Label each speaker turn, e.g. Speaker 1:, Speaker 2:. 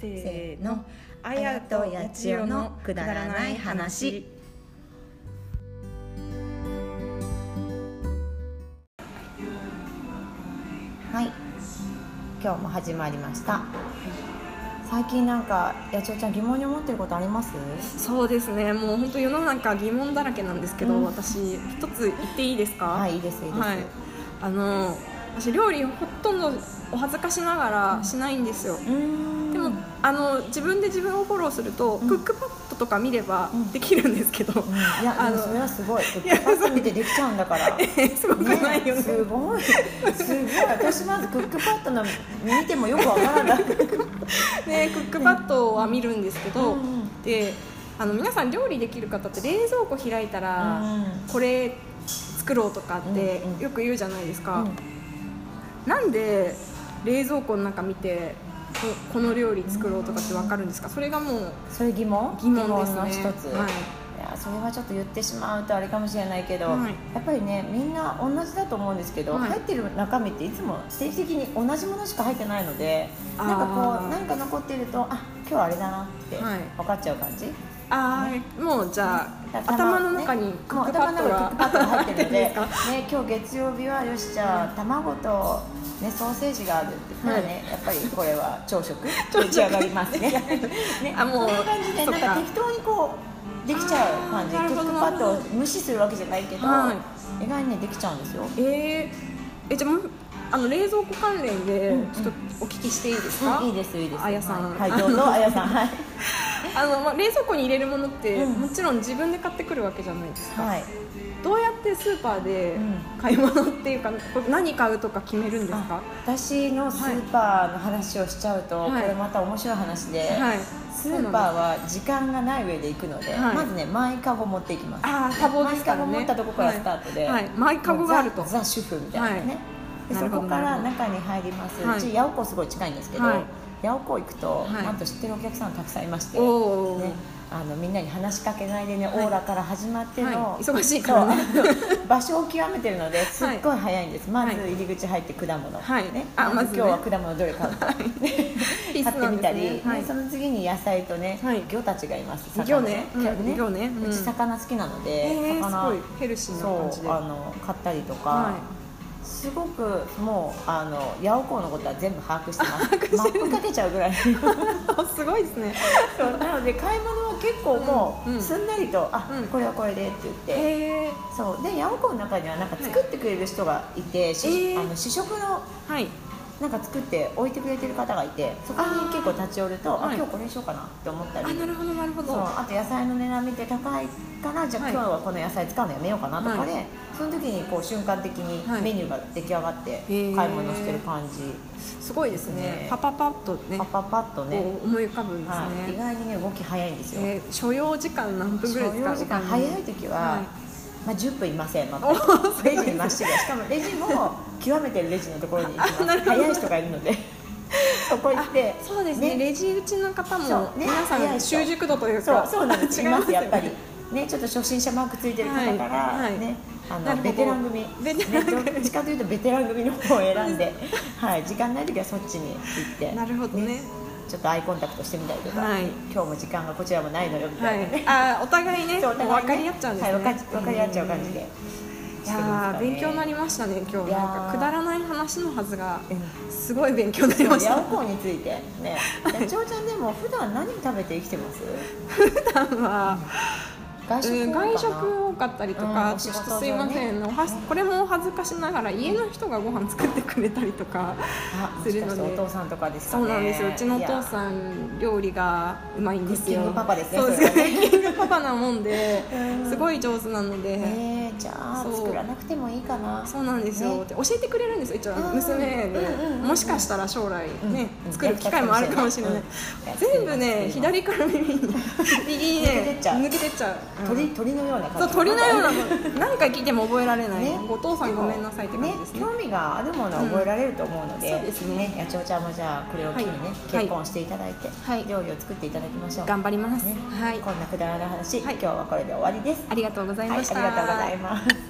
Speaker 1: せ
Speaker 2: せ
Speaker 1: ー
Speaker 2: ーの
Speaker 1: のあやとやちよのくだらない話
Speaker 2: はい今日も始まりました最近なんか八千代ちゃん疑問に思ってることあります
Speaker 1: そうですねもう本当世の中疑問だらけなんですけど、
Speaker 2: うん
Speaker 1: 私一つ言っていいですか
Speaker 2: はいいいですいいです、
Speaker 1: はいあの私料理ほとんどお恥ずかしながらしないんですよ、
Speaker 2: うーん
Speaker 1: でもあの自分で自分をフォローすると、
Speaker 2: ん
Speaker 1: クックパッドとか見れば
Speaker 2: うん
Speaker 1: できるんですけど、
Speaker 2: うんいや
Speaker 1: あの
Speaker 2: でもそれはすごい
Speaker 1: や
Speaker 2: パッと見てできちゃうんだからね
Speaker 1: すごくないよね
Speaker 2: すごいすごい私まずクックパッドの見てもよくわからない
Speaker 1: でクックパッドは見るんですけど、
Speaker 2: うんうん
Speaker 1: であの皆さん料理できる方って冷蔵庫開いたら、これ作ろうとかって
Speaker 2: うんうん
Speaker 1: よく言うじゃないです
Speaker 2: う
Speaker 1: か、
Speaker 2: ん
Speaker 1: なんで冷蔵庫の中見てここの料理作ろうとかって分かるんですかそれがもう
Speaker 2: それ疑問
Speaker 1: 疑問ですね
Speaker 2: 疑問の一つ、
Speaker 1: はい
Speaker 2: い、やそれはちょっと言ってしまうとあれかもしれないけど、
Speaker 1: はい
Speaker 2: やっぱりねみんな同じだと思うんですけど、
Speaker 1: はい
Speaker 2: 入ってる中身っていつも定期的に同じものしか入ってないので
Speaker 1: あー
Speaker 2: なんかこうなんか残ってるとあ今日はあれだなって
Speaker 1: はい
Speaker 2: 分かっちゃう感じ、
Speaker 1: ああもうじゃあ
Speaker 2: だから
Speaker 1: 頭の中に
Speaker 2: ね
Speaker 1: クッ
Speaker 2: もう
Speaker 1: クパ
Speaker 2: 頭
Speaker 1: ッ
Speaker 2: の
Speaker 1: ド
Speaker 2: 中にクックパ
Speaker 1: が
Speaker 2: ッドが入ってるので
Speaker 1: 入ってるんで
Speaker 2: ね、今日月曜日はよしじゃあ卵と、ね、ソーセージがあるって言ったらね、やっぱりこれは朝食
Speaker 1: 食
Speaker 2: 出来上がります ねね
Speaker 1: あもう
Speaker 2: こんな感じで
Speaker 1: そ
Speaker 2: な
Speaker 1: っ
Speaker 2: ん
Speaker 1: か
Speaker 2: か適当にこうできちゃう感じ
Speaker 1: あーなる
Speaker 2: ク
Speaker 1: ほ
Speaker 2: ッ
Speaker 1: ど
Speaker 2: クパッドを無視するわけじゃないけど、
Speaker 1: は
Speaker 2: 意外にねできちゃうんですよ
Speaker 1: えー、えじゃあもうあの冷蔵庫関連で
Speaker 2: うんうん
Speaker 1: ちょっとお聞きしていいですか、
Speaker 2: うんいいですいいです
Speaker 1: あやさん
Speaker 2: はい、はい どうぞあやさんはい、
Speaker 1: あの、まあ、冷蔵庫に入れるものって、
Speaker 2: うん
Speaker 1: もちろん自分で買ってくるわけじゃないですか、
Speaker 2: はい、
Speaker 1: どうやってスーパーで
Speaker 2: うん
Speaker 1: 買い物っていうか、これ何買うとか決めるんですか
Speaker 2: あ私のスーパーの話をしちゃうと、
Speaker 1: はい
Speaker 2: これまた面白い話で、
Speaker 1: はい
Speaker 2: スーパーは時間がない上で行くので、
Speaker 1: はい
Speaker 2: まずねマイカゴ持っていきます
Speaker 1: ああ多忙ですからね
Speaker 2: マイカゴ持ったとこからスタートで、
Speaker 1: はいはいマイカゴがあると
Speaker 2: もうザザ主婦みたいなね、
Speaker 1: はい
Speaker 2: で
Speaker 1: なる
Speaker 2: そ
Speaker 1: ほど
Speaker 2: こ
Speaker 1: な
Speaker 2: から
Speaker 1: るほど
Speaker 2: 中に入ります、
Speaker 1: はいう
Speaker 2: ち八百子すごい近いんですけど、
Speaker 1: はい
Speaker 2: 八百子行くと、
Speaker 1: はい
Speaker 2: なんと知ってるお客さんたくさんいまして、
Speaker 1: おー
Speaker 2: ね、あのみんなに話しかけないでね、
Speaker 1: い
Speaker 2: オーラから始まっての、
Speaker 1: はい忙しいからね
Speaker 2: そうあの場所を極めてるのですっごい早いんです、まず入り口入って果物、
Speaker 1: はい
Speaker 2: ね、
Speaker 1: あ
Speaker 2: ま
Speaker 1: まず
Speaker 2: ず
Speaker 1: ね
Speaker 2: 今日は果物どれ買うか、ね
Speaker 1: ピース
Speaker 2: 買って
Speaker 1: なんで
Speaker 2: み
Speaker 1: す
Speaker 2: た
Speaker 1: ね
Speaker 2: り、ね
Speaker 1: はい
Speaker 2: その次に野菜とね、
Speaker 1: はい
Speaker 2: 魚たちがいます魚
Speaker 1: 魚ねうん
Speaker 2: 魚
Speaker 1: 魚
Speaker 2: ね
Speaker 1: ねうん
Speaker 2: うち魚好きなので、
Speaker 1: えー、す
Speaker 2: 魚
Speaker 1: ごいヘルシーな感じ
Speaker 2: そ
Speaker 1: で
Speaker 2: うあの買ったりとか、
Speaker 1: は
Speaker 2: すごくもうあの八百幸のことは全部把握し てます
Speaker 1: してる
Speaker 2: マップかけちゃうぐ らい
Speaker 1: い すごいですね
Speaker 2: そうなので買い物は結構も
Speaker 1: うんう
Speaker 2: うんすんなりと、あ、
Speaker 1: うん
Speaker 2: これはこれでって言って、
Speaker 1: えー、
Speaker 2: そうで八百幸の中にはなんか作ってくれる人がいて、し
Speaker 1: えー
Speaker 2: あの試食の
Speaker 1: はい
Speaker 2: なんか作って置いてくれてる方がいてそこに結構立ち寄るとあ、
Speaker 1: はい
Speaker 2: 今日これにしようかなって思った
Speaker 1: あ
Speaker 2: り
Speaker 1: なるほどなるほ
Speaker 2: そう
Speaker 1: ど
Speaker 2: あと野菜の値段見て高いからじゃあ
Speaker 1: はい
Speaker 2: 今日はこの野菜使うのやめようかなとかで、
Speaker 1: は
Speaker 2: その時にこう瞬間的
Speaker 1: は
Speaker 2: に
Speaker 1: い
Speaker 2: メニューが出来上がって買
Speaker 1: ー
Speaker 2: い物してる感じ、
Speaker 1: すごいですね
Speaker 2: ね
Speaker 1: パパパッとね
Speaker 2: パパパッとね、
Speaker 1: こう思い浮かぶんですね、
Speaker 2: はい、意外にね動き早いんですよ、
Speaker 1: えー、所要時間何分ぐらいですか
Speaker 2: 所要時間早い時は、
Speaker 1: はい
Speaker 2: まあ、10分いません、ま
Speaker 1: お
Speaker 2: ず
Speaker 1: ー
Speaker 2: レジにまっしぐらしかもレジも極めてるレジのところに行きます
Speaker 1: あなるほど
Speaker 2: 早い人がいるので そこ行って
Speaker 1: あそうですねレジ打ちの方も
Speaker 2: そうね
Speaker 1: 皆さ
Speaker 2: 早い
Speaker 1: ん
Speaker 2: 人
Speaker 1: 習熟度という
Speaker 2: そう
Speaker 1: か
Speaker 2: そうなんです
Speaker 1: 違
Speaker 2: い
Speaker 1: い
Speaker 2: ま
Speaker 1: ますす
Speaker 2: や
Speaker 1: よ
Speaker 2: っぱり
Speaker 1: ね
Speaker 2: ねちょっと初心者マークついてる方から、
Speaker 1: はいはい
Speaker 2: ねあ
Speaker 1: なるほど
Speaker 2: のベテラン組
Speaker 1: ベテラン組
Speaker 2: ねどっちかというとベテラン組の方を選 んで、はい、時間ない時はそっちに行って
Speaker 1: なるほどね
Speaker 2: ちょっとアイコンタクトしてみたりとか、
Speaker 1: はい
Speaker 2: 今日も時間がこちらもないのよみた
Speaker 1: はい
Speaker 2: なね、
Speaker 1: いあーお互いね
Speaker 2: そうお互いね
Speaker 1: もう分かり合っちゃうんですね、
Speaker 2: はい、分か分かり合っちゃう感じで、
Speaker 1: いやー勉強にな
Speaker 2: り
Speaker 1: りましたね今
Speaker 2: い
Speaker 1: 日
Speaker 2: やー
Speaker 1: なんかくだらない話のはずが
Speaker 2: うん
Speaker 1: すごい勉強になり
Speaker 2: ま
Speaker 1: ま
Speaker 2: し
Speaker 1: したた
Speaker 2: 八百幸について ね八ちゃんでも普段何食べて生きてます
Speaker 1: 普段は
Speaker 2: 外食
Speaker 1: うん
Speaker 2: 多い
Speaker 1: 外
Speaker 2: かな
Speaker 1: 食多かったりと
Speaker 2: う
Speaker 1: か
Speaker 2: ん
Speaker 1: ちょ
Speaker 2: お仕
Speaker 1: っ
Speaker 2: 事
Speaker 1: と
Speaker 2: 上
Speaker 1: すいません
Speaker 2: ね
Speaker 1: おはこれもお恥ずかしながら家の人がご飯作ってくれたりとか
Speaker 2: あもしかしてお父さんとかですか
Speaker 1: そ
Speaker 2: ね
Speaker 1: うなんですようちのお
Speaker 2: いや
Speaker 1: 父さん料理がうまいんですよ
Speaker 2: クッキングパパですね
Speaker 1: そうですね
Speaker 2: それは
Speaker 1: クッキングパパなもんで
Speaker 2: うん
Speaker 1: すごい上手なので、
Speaker 2: えー、じゃあ
Speaker 1: そう
Speaker 2: 作らなくてもいいかな
Speaker 1: そうなんですよ、
Speaker 2: ね
Speaker 1: で教えてくれるんですよ一応
Speaker 2: うん
Speaker 1: 娘で、
Speaker 2: うんうんうん
Speaker 1: もしかしたら将来ね、
Speaker 2: うん
Speaker 1: 作る機会もあるかもしれない、
Speaker 2: うん
Speaker 1: 全部ね左から右に右にね
Speaker 2: 抜けてっちゃう
Speaker 1: 抜けてっちゃう
Speaker 2: 鳥鳥のような
Speaker 1: そ
Speaker 2: 感
Speaker 1: う
Speaker 2: じ
Speaker 1: 鳥のようなもの何回聞いても覚えられない、
Speaker 2: ね
Speaker 1: お父さんごめんなさいって感じですね
Speaker 2: ね興味があるものは覚えられると思うので、
Speaker 1: うんそうですね
Speaker 2: 八千代ちゃんもじゃあこれを機にね、
Speaker 1: はい
Speaker 2: 結婚していただいて、
Speaker 1: はい
Speaker 2: 料理を作っていただきましょう
Speaker 1: 頑張ります、
Speaker 2: ね
Speaker 1: はい
Speaker 2: こんなくだらない話、
Speaker 1: はい
Speaker 2: 今日はこれで終わりです
Speaker 1: ありがとうございました、
Speaker 2: はい、ありがとうございます